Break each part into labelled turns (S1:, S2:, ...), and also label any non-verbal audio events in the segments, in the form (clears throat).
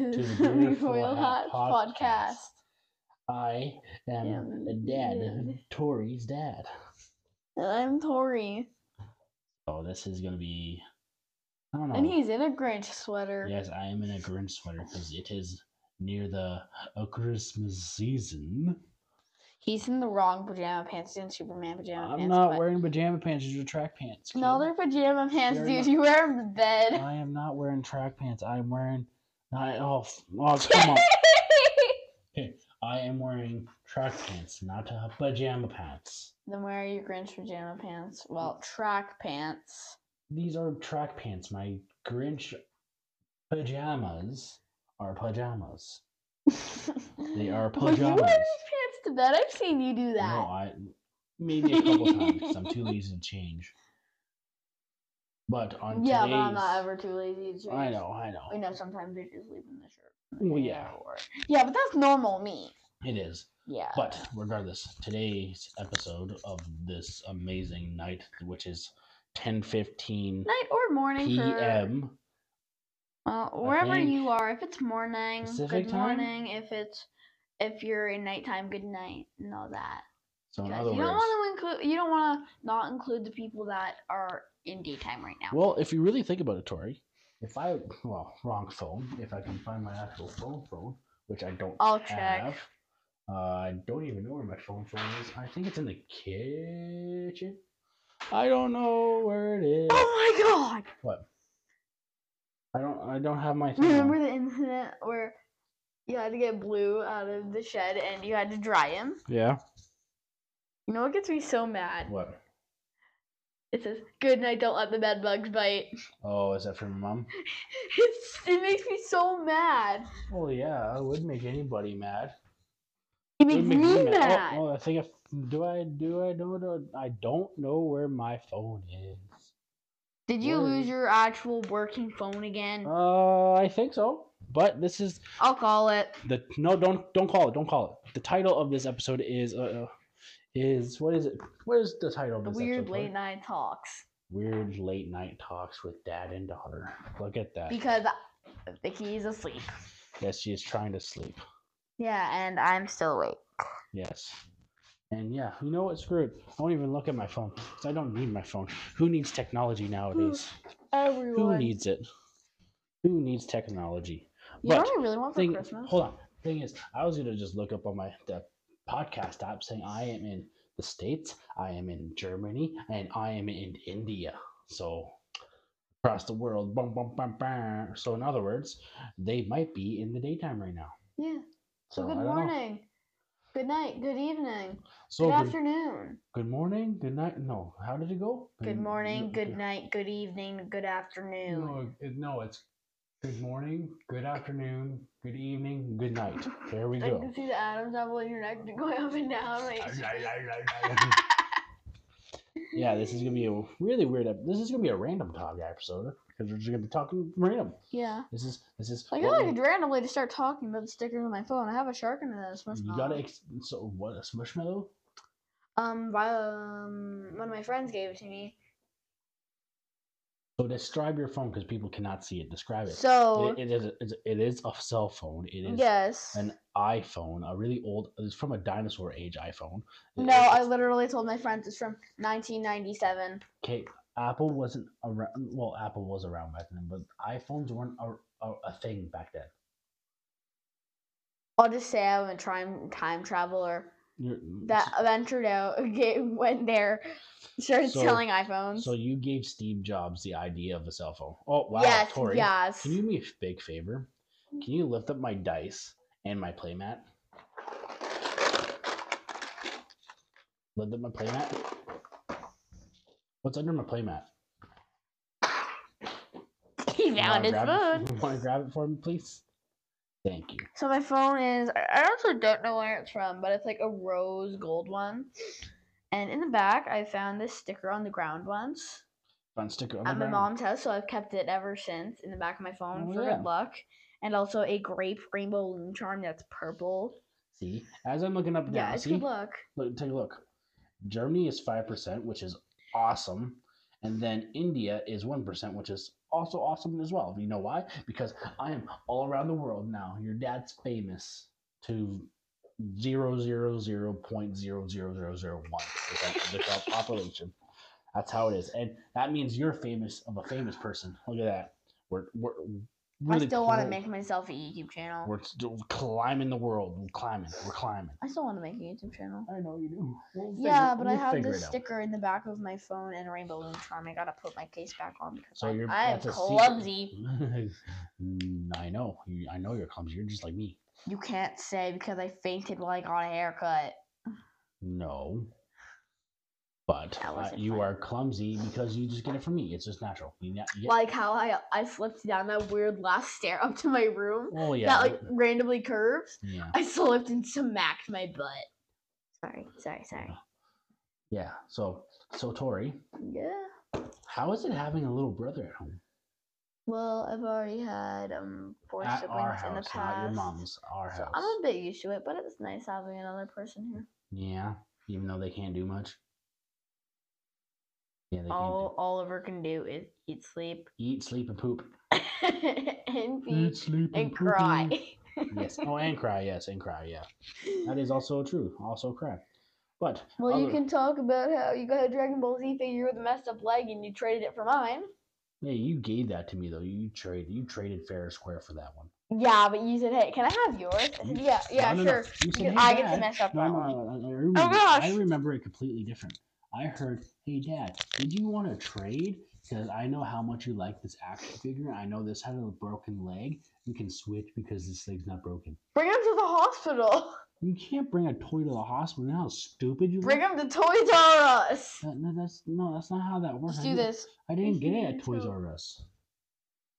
S1: (laughs) Royal Hot Podcast.
S2: I am
S1: Am
S2: dad,
S1: dad.
S2: Tori's dad.
S1: And I'm Tori.
S2: So this is gonna be. I don't know.
S1: And he's in a Grinch sweater.
S2: Yes, I am in a Grinch sweater because it is near the uh, Christmas season.
S1: He's in the wrong pajama pants. He's in Superman pajama pants.
S2: I'm not
S1: but-
S2: wearing pajama pants. These are track pants.
S1: No,
S2: kid.
S1: they're pajama pants,
S2: They're
S1: dude.
S2: not-
S1: You wear them to (laughs) bed.
S2: I am not wearing track pants. I'm wearing. Not, oh, f- oh, come on. I am wearing track pants, not uh, pajama pants.
S1: (laughs) then where are your Grinch pajama pants? Well, track pants.
S2: These are track pants. My Grinch pajamas are pajamas. (laughs)
S1: (laughs)
S2: They are
S1: Would you wear these
S2: pajamas.
S1: pants to bed? I've seen you do
S2: No,
S1: that.
S2: I maybe a
S1: (laughs)
S2: couple times. 'cause I'm too lazy to change. But on
S1: yeah,
S2: today's,
S1: but I'm not ever too lazy to change.
S2: I know, I
S1: We
S2: know.
S1: know sometimes they just leave in the shirt.
S2: Well,
S1: and
S2: yeah.
S1: or- Yeah, but that's normal me.
S2: It is.
S1: Yeah.
S2: But regardless, today's episode of this amazing night, which is 10:15
S1: Night or morning for
S2: p.m.
S1: well, wherever
S2: think
S1: you are. If it's morning,
S2: Pacific
S1: good
S2: time?
S1: morning. If it's if you're in nighttime, good night. and all that.
S2: So Oh, in
S1: Because
S2: other
S1: you
S2: words,
S1: don't want to include. You don't want to not include the people that are in daytime right now.
S2: well, if you really think about it, Tori, if I well, wrong phone. If I can find my actual phone phone, which I don't
S1: I'll check.
S2: have. Uh, I don't even know where my phone phone is. I think it's in the kitchen. I don't know where it is.
S1: Oh my god!
S2: What? I don't. I don't have my. Thing
S1: Remember
S2: on.
S1: the incident where you had to get Blue out of the shed and you had to dry him?
S2: Yeah.
S1: You know what gets me so mad?
S2: What?
S1: It says, "Good night. Don't let the bed bugs bite." (laughs)
S2: Oh, is that from your mom?
S1: It's, it makes me so mad.
S2: Well, yeah, it would make anybody mad.
S1: It
S2: It
S1: makes
S2: would
S1: me
S2: make me
S1: mad.
S2: mad. Oh, oh, I think I do. I do. I don't know. I don't know where my phone is.
S1: Did you lose
S2: Word.
S1: your actual working phone again?
S2: Uh, I think so. But this is
S1: I'll call it.
S2: the no. Don't don't call it. Don't call it. The title of this episode is uh, uh, is what is it? What is the title of this
S1: Weird
S2: episode? Tori?
S1: late night talks.
S2: Weird late night talks with dad and daughter. Look at that.
S1: Because Vicky's asleep.
S2: yes, she is trying to sleep.
S1: Yeah, and I'm still awake.
S2: Yes. And yeah, you know what? Screw it. I won't even look at my phone 'cause I don't need my phone. Who needs technology nowadays? Who
S1: Everyone.
S2: needs it? Who needs technology?
S1: you know
S2: but
S1: what I really want for
S2: Thing,
S1: Christmas?
S2: hold on. Thing is, I was gonna just look up on my the podcast app saying I am in the states, I am in Germany, and I am in India. So across the world. Bum, bum, bum, bum. So in other words, they might be in the daytime right now.
S1: Yeah. So
S2: So
S1: good
S2: I don't know.
S1: morning. Good night. Good evening.
S2: So
S1: good
S2: good,
S1: afternoon.
S2: good morning, good night. No, how did it go?
S1: Good morning. Good
S2: night.
S1: night. Good evening. Good afternoon.
S2: No, it, no, it's good morning, good afternoon, good evening, good night. There we
S1: I
S2: go. (laughs)
S1: can see the atoms apple in your neck (laughs) going up and down. Like,
S2: yeah, this is gonna be a really weird. ep- This is gonna be a random talk episode because we're just gonna be talking random.
S1: yeah.
S2: This is this is.
S1: Like,
S2: what
S1: I
S2: we-
S1: could randomly just start talking about the stickers on my phone. I have a shark in this. What's
S2: you gotta ex- so what a smushmallow.
S1: Um, by, um, one of my friends gave it to me.
S2: So describe your phone because people cannot see it. Describe it.
S1: So,
S2: it, it is it's- it is a cell phone. It is
S1: yes.
S2: an iPhone, a really old. It's from a dinosaur age iPhone. It-
S1: No,
S2: it's-
S1: I literally told my friends it's from 1997.
S2: Okay, Apple wasn't around. Well, Apple was around back then, but iPhones weren't a, a, a thing back then.
S1: I'll just say I'm a time time traveler
S2: You're,
S1: that ventured out, (laughs) ga- went there, started
S2: So-
S1: selling iPhones.
S2: so you gave Steve Jobs the idea of a cell phone. Oh wow,
S1: yes,
S2: Tori,
S1: yes.
S2: can you do me a big favor? Can you lift up my dice and my playmat? Lift up my playmat. What's under my playmat?
S1: (laughs) he found his phone.
S2: Want to grab it for me, please? Thank you.
S1: So my phone is I I also don't know where it's from, but it's like a rose gold one. And in the back I found this sticker on the ground once
S2: Fun sticker on the
S1: at my
S2: ground.
S1: mom's house, so I've kept it ever since in the back of my phone
S2: Oh,
S1: for
S2: yeah.
S1: good luck. And also a grape rainbow loom charm that's purple.
S2: See, as I'm looking up now,
S1: Yeah, it's
S2: see,
S1: good luck.
S2: Look, take a look. Germany is five percent, which is awesome, and then India is one percent, which is also awesome as well. You know why? Because I am all around the world now. Your dad's famous to zero zero zero point zero zero zero zero one percent of the co-
S1: (laughs)
S2: population. That's how it is, and that means you're famous of a famous person. Look at that. We're we're really
S1: I still want to
S2: close.
S1: make myself a YouTube channel.
S2: We're still climbing the world. We're climbing. We're climbing.
S1: I still want to make a YouTube channel.
S2: I know you do. We'll
S1: yeah,
S2: figure-
S1: but I
S2: we'll
S1: have
S2: figure
S1: this
S2: it out.
S1: sticker in the back of my phone and a rainbow balloon charm. I gotta put my case back on because
S2: So
S1: I'm-
S2: you're
S1: I'm
S2: that's a secret.
S1: clumsy.
S2: Mm, I know. You, I know you're clumsy. You're just like me.
S1: You can't say because I fainted while I got a haircut.
S2: No. But
S1: That
S2: uh,
S1: wasn't
S2: you
S1: fun.
S2: are clumsy because you just get it from me. It's just natural. You, na- you get-
S1: Like how I I slipped down that weird last stair (laughs) up to my room
S2: oh yeah.
S1: that like randomly curves.
S2: yeah.
S1: I slipped and smacked my butt. Sorry, sorry, sorry.
S2: Yeah. So so Tori,
S1: Yeah.
S2: how is it having a little brother at home?
S1: Well, I've already had um four
S2: at
S1: siblings
S2: our
S1: in
S2: house,
S1: the past.
S2: not your mom's. Our
S1: So
S2: house.
S1: I'm a bit used to it, but it's nice having another person here.
S2: Yeah. Even though they can't do much. Yeah, they can't
S1: All Oliver can do is eat, sleep, (laughs)
S2: do. eat, sleep, and poop.
S1: and
S2: Mm, Eat,
S1: be
S2: sleep,
S1: and cry. (laughs)
S2: yes. Oh, and cry. Yes, and cry. Yeah. That is also true. Also cry. But
S1: well, you
S2: other-
S1: can talk about how you got a Dragon Ball Z figure with a messed up leg and you traded it for mine.
S2: Yeah, you gave that to me though. You trade you traded fair and square for that one.
S1: Yeah, but you said, "Hey, can I have yours?" I said,
S2: You-
S1: "Yeah, yeah,
S2: Mm. No, no, no.
S1: sure."
S2: You said,
S1: Because
S2: "Hey,
S1: I get to
S2: Dad."
S1: mess up
S2: No,
S1: that
S2: no,
S1: one. Oh,
S2: no, no, I, remember,
S1: gosh.
S2: I remember it completely different. I heard, hey dad, did you want to trade? Because I know how much you like this action figure. I know this had a broken leg. We can switch because this leg's not broken.
S1: Bring him to the hospital. (laughs)
S2: You can't bring a toy to the hospital. You know how stupid you
S1: Bring
S2: look?
S1: him to Toys R Us.
S2: That- no, that's no, that's not how that works.
S1: Let's
S2: I
S1: do
S2: didn't-
S1: this.
S2: I didn't get it at Toys R Us.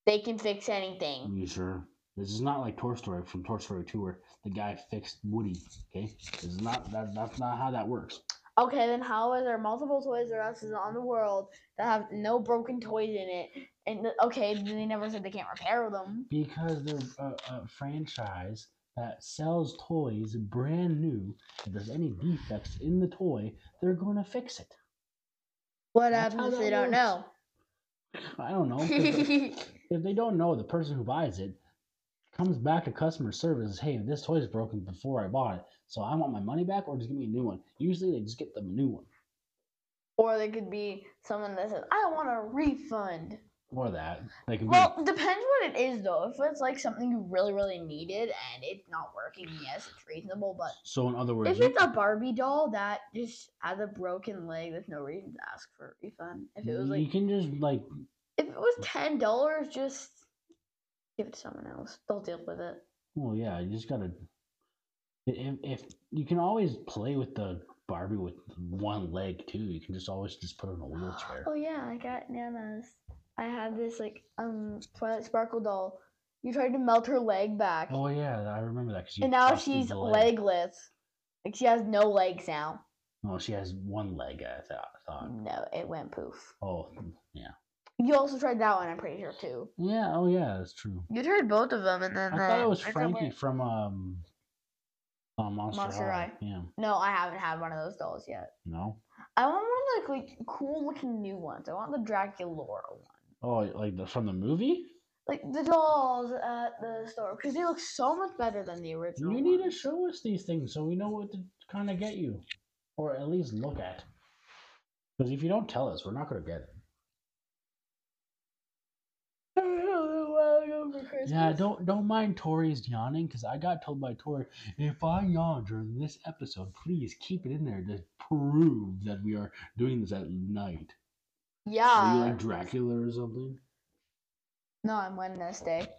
S1: They can fix anything.
S2: You sure? This is not like Toy Story from Toy Story 2 where the guy fixed Woody. Okay, this is not that. That's not how that works.
S1: Okay, then how is there multiple Toys R Us's on the world that have no broken toys in it? And th- okay, then they never said they can't repair them.
S2: Because they're a, a franchise that sells toys brand new. If there's any defects in the toy, they're gonna fix it.
S1: What
S2: That's
S1: happens
S2: how
S1: if they
S2: that
S1: don't (laughs) know?
S2: I don't know. 'cause
S1: (laughs)
S2: they-
S1: That's
S2: if they don't know, the person who buys it comes back to customer service. and says, Hey, this toy's broken before I bought it, so I want my money back, or just give me a new one. Usually, they just get them a new one.
S1: or they could be someone that says, I want a refund.
S2: Or that they can be
S1: Well, depends what it is though. If it's like something you really, really needed and it's not working, yes, it's reasonable. But
S2: So in other words,
S1: if
S2: you-
S1: it's a Barbie doll that just has a broken leg, there's no reason to ask for a refund. If it was like
S2: you can just like
S1: If it was ten dollars, just give it to someone else. They'll deal with it.
S2: well yeah you just gotta i- if, if you can always play with the barbie with one leg too you can just always just put her in a
S1: (gasps)
S2: wheelchair
S1: Oh yeah, I got Nana's. I had this like um Twilight Sparkle doll. You tried to melt her leg back,
S2: oh yeah i remember that 'cause you
S1: and now
S2: busted
S1: she's
S2: the leg.
S1: legless. Like she has no legs now.
S2: no she has one leg i thought, thought.
S1: No, it went poof.
S2: oh
S1: You also tried that one, I'm pretty sure too.
S2: yeah oh yeah that's true
S1: You tried both of them, and then uh,
S2: i thought it was frankie from um uh, monster,
S1: Monster
S2: high
S1: High.
S2: yeah
S1: No, I haven't had one of those dolls yet.
S2: no
S1: I want one of the, like, like cool looking new ones. I want the Dracula one.
S2: oh like the, from the movie
S1: like the dolls at the store because they look so much better than the original.
S2: You need to
S1: ones.
S2: show us these things so we know what to kind of get you, or at least look at. Because if you don't tell us, we're not going to get it.
S1: I really wanna go for Christmas.
S2: Yeah, don't don't mind Tori's yawning because I got told by Tori if I yawn during this episode, please keep it in there to prove that we are doing this at night. Are
S1: Yeah.
S2: you
S1: Uh.
S2: like Dracula or something?
S1: no, I'm Wednesday.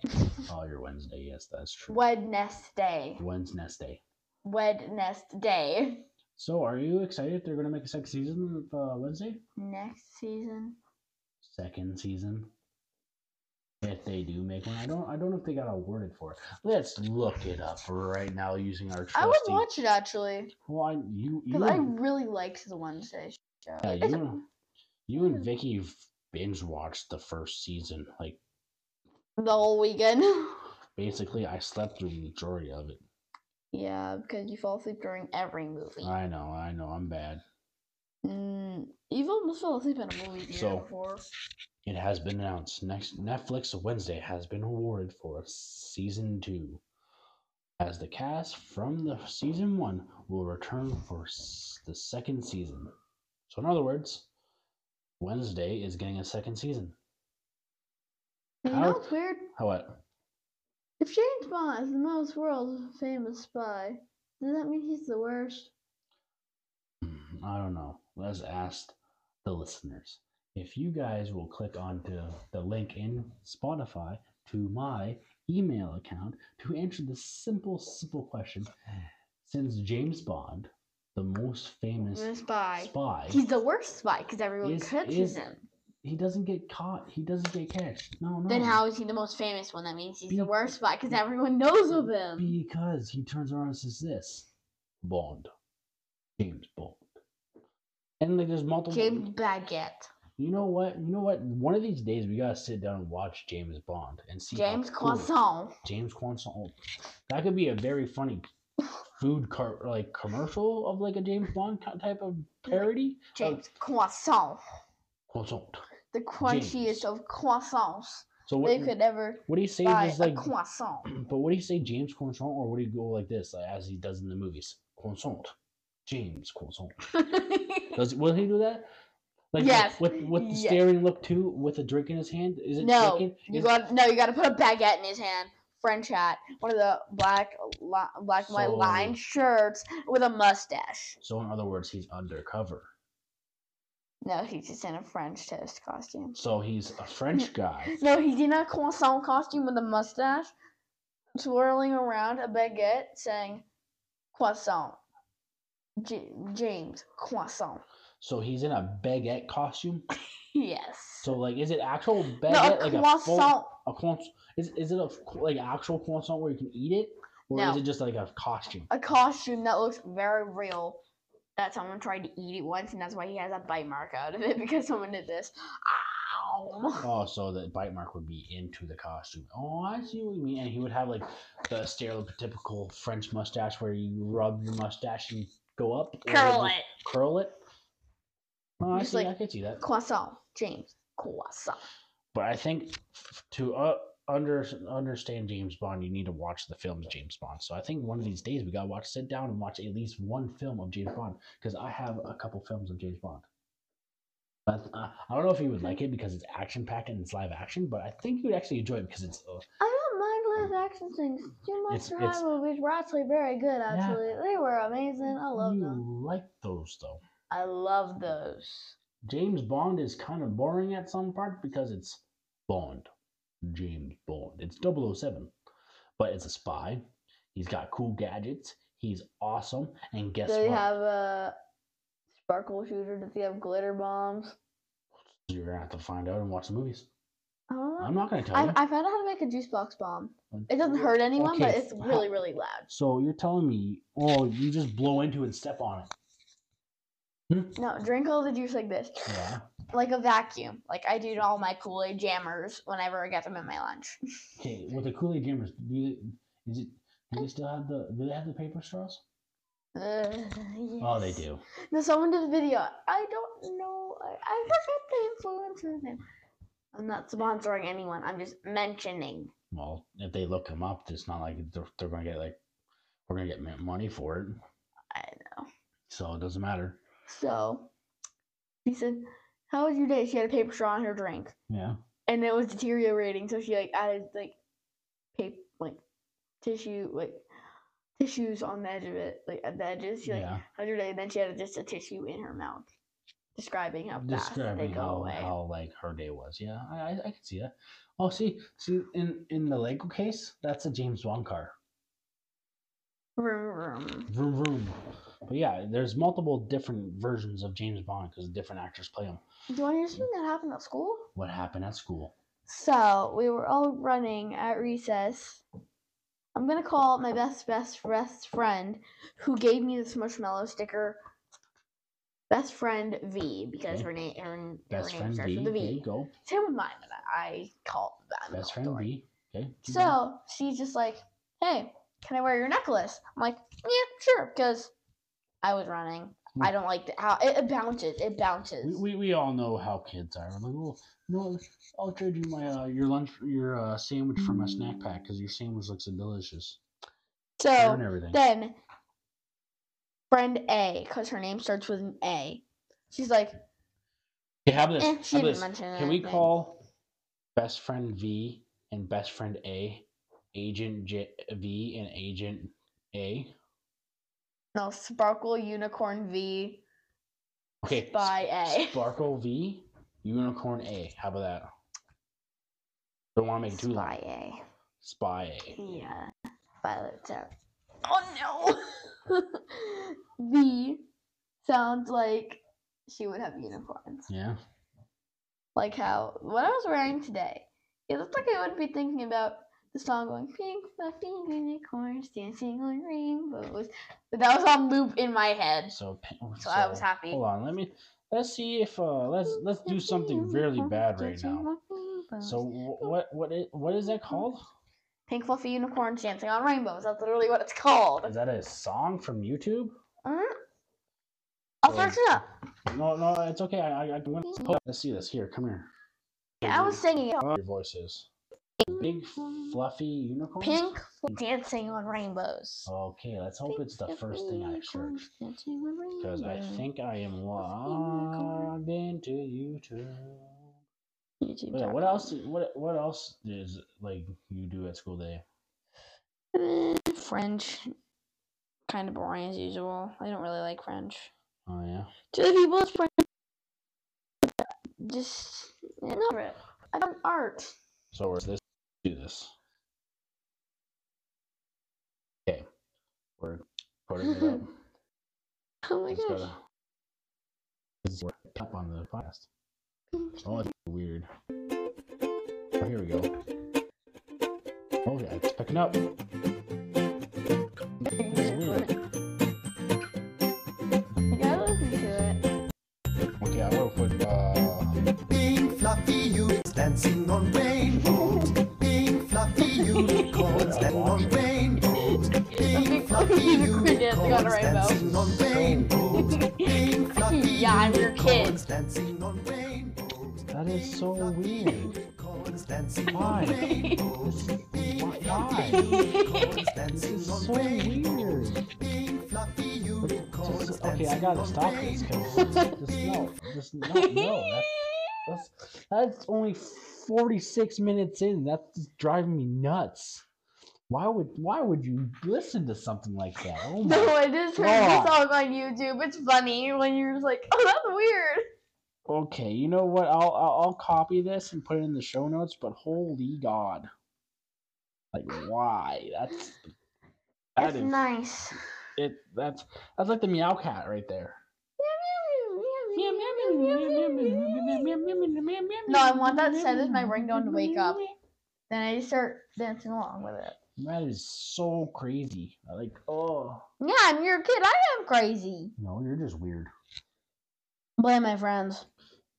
S2: Oh, you're Wednesday. Yes, that's true.
S1: Wednesday.
S2: Wednesday.
S1: Wednesday.
S2: So, are you excited they're going to make a second season of uh, Wednesday?
S1: Next season.
S2: second season. If they do make one, I don't. I don't know if they got a word for it. Let's look it up right now using our trusty.
S1: I would watch it actually
S2: Well, I- you you
S1: because I
S2: and,
S1: really liked the Wednesday show.
S2: yeah,
S1: It's-
S2: you, and- you and Vicky binge watched the first season. Like
S1: the whole weekend. (laughs)
S2: basically, I slept through the majority of it.
S1: yeah, because you fall asleep during every movie.
S2: I know. I know. I'm bad.
S1: Mm, you've almost fell asleep in a movie theater
S2: So-
S1: before.
S2: It has been announced. Next Netflix Wednesday has been awarded for season two, as the cast from the season one will return for s- the second season. So, in other words, Wednesday is getting a second season.
S1: You
S2: How-
S1: know what's weird?
S2: How what?
S1: If James Bond is the most world famous spy, does that mean he's the worst?
S2: Hmm, (clears throat) I don't know. Let's ask the listeners. If you guys will click onto the link in Spotify to my email account to answer this simple, simple question. Since James Bond, the most famous
S1: The spy.
S2: spy,
S1: He's the worst spy because everyone
S2: Is-
S1: catches
S2: is-
S1: him.
S2: he doesn't get caught. He doesn't get catched. No, no.
S1: Then how is he the most famous one? That means he's
S2: Be-
S1: the worst spy because everyone knows of him.
S2: Because he turns around and says this Bond. James Bond. And like there's multiple.
S1: James Baguette.
S2: You know what? You know what? One of these days we gotta sit down and watch James Bond and see. how
S1: James
S2: cool-
S1: Croissant.
S2: James Quanson. Oh, that could be a very funny food car like commercial of like a James Bond co- type of parody.
S1: James
S2: Oh.
S1: Croissant.
S2: Croissant.
S1: The crunchiest
S2: James.
S1: of croissants
S2: So
S1: they
S2: what?
S1: could ever
S2: What do you say?
S1: buy
S2: Is
S1: a
S2: like, (clears throat) (laughs)
S1: croissant. (laughs)
S2: but what do you say, James Croissant, or what do you go like this, like, as he does in the movies? Croissant. James Croissant. Does will he do that? Like
S1: Yes.
S2: with with the
S1: Yes.
S2: staring look too, with a drink in his hand. Is it
S1: No,
S2: shaking?
S1: you
S2: Is-
S1: got no. You got to put a baguette in his hand. French hat, one of the black, li- black and white
S2: So-
S1: lined shirts with a mustache.
S2: so in other words, he's undercover.
S1: No, he's just in a French toast costume.
S2: So he's a
S1: (laughs)
S2: French guy.
S1: No, he's in a croissant costume with a mustache, twirling around a baguette, saying croissant. J- James croissant.
S2: So he's in a baguette costume.
S1: Yes.
S2: So like, is it actual
S1: no, a
S2: baguette? like
S1: croissant.
S2: A, full, a croissant. Is, is it a f- like actual croissant where you can eat it, or is
S1: No.
S2: it just like a costume?
S1: a costume that looks very real that someone tried to eat it once, and that's why he has a bite mark out of it (laughs) because someone did this. Ow!
S2: Oh, so the bite mark would be into the costume. Oh, I see what you mean. And he would have like the stereotypical French mustache where you rub your mustache and go up, or
S1: Curl
S2: you
S1: it.
S2: curl it. Oh, I
S1: Just
S2: see.
S1: like-
S2: I could see that.
S1: Croissant, James. Croissant.
S2: But I think to uh, under understand James Bond, you need to watch the films James Bond. So I think one of these days we gotta watch, sit down and watch at least one film of James Bond because I have a couple films of James Bond. But uh, I don't know if you would like it because it's action packed and it's live action, but I think you would actually enjoy it because it's uh,
S1: I don't mind live action things. Jim
S2: It's-
S1: Monster High
S2: it's-
S1: movies were actually very good, actually. They were amazing. I love
S2: you
S1: them.
S2: like those though.
S1: I love those.
S2: James Bond is kind of boring at some part because it's Bond. James Bond. It's 007. But it's a spy. He's got cool gadgets. He's awesome. And guess
S1: Do they
S2: what?
S1: have a sparkle shooter? Do they have glitter bombs?
S2: You're going to have to find out and watch the movies.
S1: I don't know.
S2: I'm not going to tell
S1: I,
S2: you.
S1: I found out how to make a juice box bomb. It doesn't hurt anyone, but
S2: Okay,
S1: it's
S2: how-
S1: really, really loud.
S2: So you're telling me, oh, you just blow into and step on it.
S1: No, drink all the juice like this.
S2: Yeah.
S1: Like a vacuum. Like I do to all my Kool Aid jammers whenever I get them in my
S2: (laughs)
S1: lunch.
S2: Okay, with the Kool Aid Jammers, do they, is it, do they still have the, do they have the paper straws?
S1: Ugh,
S2: Oh, they
S1: Uh, yes.
S2: do.
S1: No, someone did a video. I don't know. I, I forget the influencer's name. I'm not sponsoring anyone. I'm just mentioning.
S2: Well, if they look him up, it's not like they're, they're going to get like we're going to get mon- money for it.
S1: I
S2: know. So it doesn't matter.
S1: So, she said, "How was your day?" She had a paper straw in her drink,
S2: Yeah.
S1: and it was deteriorating. So she like added like paper, like tissue, like tissues on the edge of it, like at the edges. She like
S2: yeah.
S1: Hundred day, and then she had just a tissue in her mouth, describing how fast
S2: Describing
S1: they go
S2: how,
S1: away.
S2: how like her day was. Yeah, I I, I could see that. Oh, see, see in in the Lego case, that's a James Bond car.
S1: Vroom, vroom.
S2: Vroom vroom. But yeah, there's multiple different versions of James Bond because different actors play him.
S1: Do you want to hear something that happened at school?
S2: What happened at school?
S1: So we were all running at recess. I'm gonna call my best best best friend, who gave me this marshmallow sticker. Best friend V, because
S2: Okay.
S1: her name her,
S2: Best
S1: her name
S2: friend
S1: starts
S2: B.
S1: with a
S2: There you
S1: V.
S2: go.
S1: Same with mine, but I call that
S2: Best friend B. Okay. keep going.
S1: So she's just like, "Hey, can I wear your necklace?" I'm like, "Yeah, sure," because I was running. I don't like the, how it, it bounces. It bounces.
S2: Mm. We, we, we all know how kids are. Like, well, no, I'll trade you my uh, your lunch your uh, sandwich for my snack pack because your sandwich looks delicious. Sharing
S1: so
S2: everything.
S1: then, friend A, because her name starts with an A, she's like,
S2: Okay, how about this?
S1: eh, she
S2: How about
S1: didn't
S2: this?
S1: mention
S2: Can we
S1: anything.
S2: call best friend V and best friend A, agent J- V and agent A?
S1: No, Sparkle Unicorn V
S2: Okay,
S1: by A.
S2: Sparkle V, Unicorn A. How about that? Don't want to make it too long.
S1: Spy A.
S2: Spy A.
S1: Yeah. Violet's out. Oh no! (laughs) v sounds like she would have unicorns.
S2: Yeah.
S1: Like how, what I was wearing today, it looked like I would be thinking about the song going pink, fluffy unicorns dancing on rainbows. But that was on loop in my head.
S2: So, p-
S1: So I was happy.
S2: Hold on. Let me. Let's see if uh. Let's let's do
S1: Fluffy
S2: something really
S1: unicorns
S2: bad right
S1: dancing
S2: now.
S1: on rainbows.
S2: So wh- what what is, what is that called?
S1: Pink fluffy unicorns dancing on rainbows. That's literally what it's called.
S2: Is that a song from YouTube?
S1: Mm. I'll
S2: Or-
S1: search it up.
S2: No, no, it's okay. I, I, I'm gonna. hold on, Let's see this. Here, come here.
S1: Yeah, I was singing it.
S2: Your voice is big, fluffy unicorn.
S1: Pink fl- dancing on rainbows.
S2: Okay, let's Oh, hope it's the
S1: Pink
S2: first
S1: fluffy
S2: thing I
S1: unicorns
S2: searched
S1: dancing on
S2: because I
S1: rainbows.
S2: think I am
S1: unicorn.
S2: logged into YouTube.
S1: YouTube
S2: Yeah,
S1: dot
S2: what
S1: com.
S2: else? What what else is like you do at school day?
S1: Mm, French. Kind of boring as usual. I don't really like French.
S2: Oh yeah.
S1: To the people, it's French. Just. I don't know it. I done art.
S2: So we're this do this. Okay. We're putting
S1: (laughs)
S2: it up.
S1: Oh my
S2: Let's
S1: gosh.
S2: gotta- this is- we're up on the podcast. Oh it's weird. Oh here we go. Oh yeah, it's picking up.
S1: You gotta listen
S2: (laughs)
S1: to it.
S2: Okay, I wanna put uh
S3: Pink fluffy unicorns dancing on rainbows. Pink fluffy unicorns dancing on
S1: (laughs)
S3: rainbows. Pink fluffy unicorns dancing on rainbows. Pink fluffy
S1: (laughs) Yeah, I'm your kid.
S3: unicorns dancing on rainbows.
S2: that is so weird.
S3: Unicorns dancing
S2: Why? (laughs)
S3: on rainbows.
S2: Why?
S3: Pink
S2: why?
S3: fluffy unicorns
S2: This
S3: dancing
S2: is
S3: on
S2: so
S3: rainbows.
S2: weird.
S3: Pink fluffy unicorns
S2: Just, okay, I
S3: dancing
S2: gotta
S3: on
S2: stop this
S3: rainbows.
S2: because just no, just no, no.
S1: (laughs)
S2: That, that's that's only forty six minutes in. That's just driving me nuts. Why would why would you listen to something like that? Oh my!
S1: (laughs) No, I just heard
S2: God.
S1: the song on YouTube. It's funny when you're just like, (laughs) oh, that's weird.
S2: Okay, you know what? I'll, I'll I'll copy this and put it in the show notes. But holy God! Like why? That's that
S1: That's
S2: is
S1: nice.
S2: it. That's that's like the meow cat right there.
S1: No, I want that set as my ringtone to wake up. Then I just start dancing along with it.
S2: That is so crazy. I Like, oh
S1: Yeah, I'm your kid. I am crazy.
S2: no, you're just weird.
S1: Blame my friends.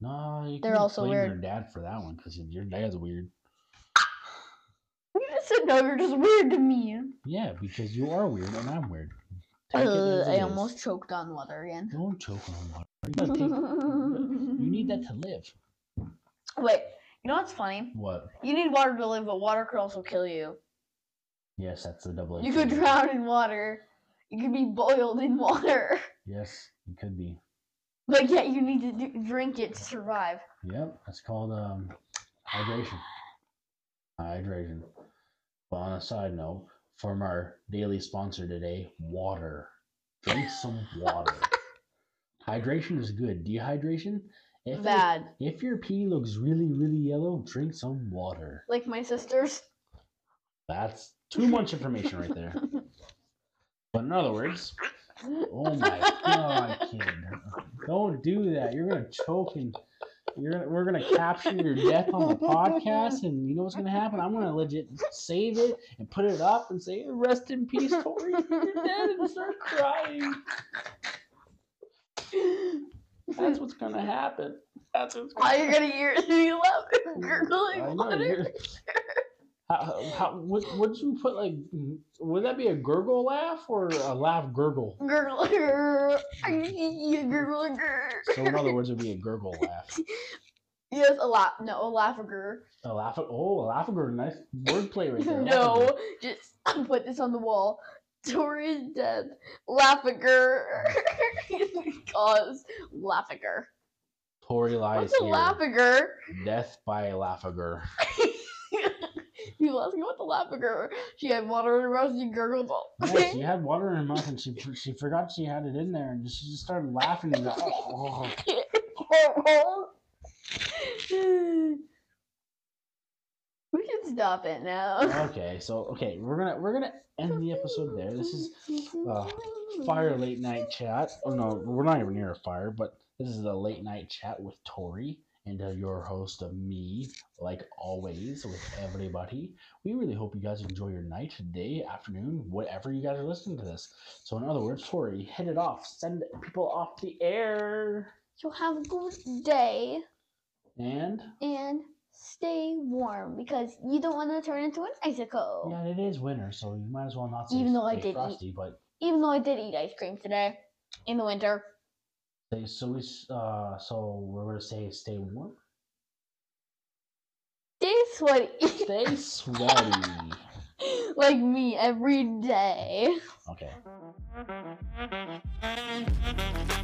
S2: No, you
S1: They're
S2: can't
S1: also
S2: blame Your
S1: weird.
S2: dad for that one because your dad's weird.
S1: You just said no, you're just weird to me.
S2: Yeah, because you are weird and I'm weird. Take it
S1: Ugh,
S2: as it
S1: I
S2: is.
S1: almost choked on water again.
S2: don't choke on water. You,
S1: (laughs)
S2: gotta take- you need that to live.
S1: Wait, you know what's funny?
S2: What?
S1: You need water to live, but water could also kill you.
S2: Yes, that's the double.
S1: You
S2: edged
S1: could
S2: sword.
S1: drown in water. You could be boiled in (laughs) water.
S2: Yes, you could be.
S1: But yet you need to do- drink it to survive.
S2: Yep, that's called um, hydration. Hydration. But on a side note, from our daily sponsor today, water. Drink some water. Hydration is good. Dehydration? If, your-
S1: Bad.
S2: if your pee looks really, really yellow, drink some water.
S1: Like my sisters.
S2: That's too much information right there. But in other words, oh my god, kid. Don't do that. You're gonna choke and you're gonna, we're gonna capture your death on the podcast and you know what's gonna happen? I'm gonna legit save it and put it up and say rest in peace, Tori. You're dead and start crying. That's what's gonna happen. That's what's
S1: Why
S2: gonna
S1: (laughs) you're gonna hear it? You love it
S2: I
S1: gurgling
S2: know,
S1: water.
S2: you're- How, how would, would you put like? Would that be a gurgle laugh or a laugh gurgle?
S1: Gurgle, gurgle,
S2: So in other words, it would be a gurgle laugh.
S1: Yes, a laugh. No, a laugher.
S2: A laugh. Oh, a laugher. Nice wordplay
S1: (laughs)
S2: right there.
S1: No, just put this on the wall. Tori's death. (laughs) Laugher. Cause laugher.
S2: Tori lies
S1: What's a
S2: here.
S1: laugher?
S2: Death by a laugher.
S1: (laughs) People ask me what the laugher. She had water in her mouth. She gurgled.
S2: Yeah, Oh, she had water in her mouth and she she forgot she had it in there and she just started laughing. And, oh,
S1: (laughs) (sighs) we can stop it (laughs) now.
S2: oh. Okay, so okay, we're gonna we're gonna end the episode there. This is uh,
S1: Hmm.
S2: fire late night chat. Oh no, we're not even near a fire, but this is a late night chat with Tori and uh, your host of me, like always with everybody. We really hope you guys enjoy your night, day, afternoon, whatever you guys are listening to this. So in other words, Tori, hit it off. Send people off the air
S1: So have a good day
S2: and.
S1: and stay warm because you don't want to turn into an icicle.
S2: Yeah, it is winter, so you might as well not say
S1: Even though I
S2: stay
S1: did eat-
S2: frosty, but
S1: Even though I did eat ice cream today in the winter.
S2: they, so we s- uh so we're gonna say stay warm,
S1: Stay sweaty
S2: stay sweaty.
S1: (laughs) like me every day.
S2: Okay.
S3: Thank you.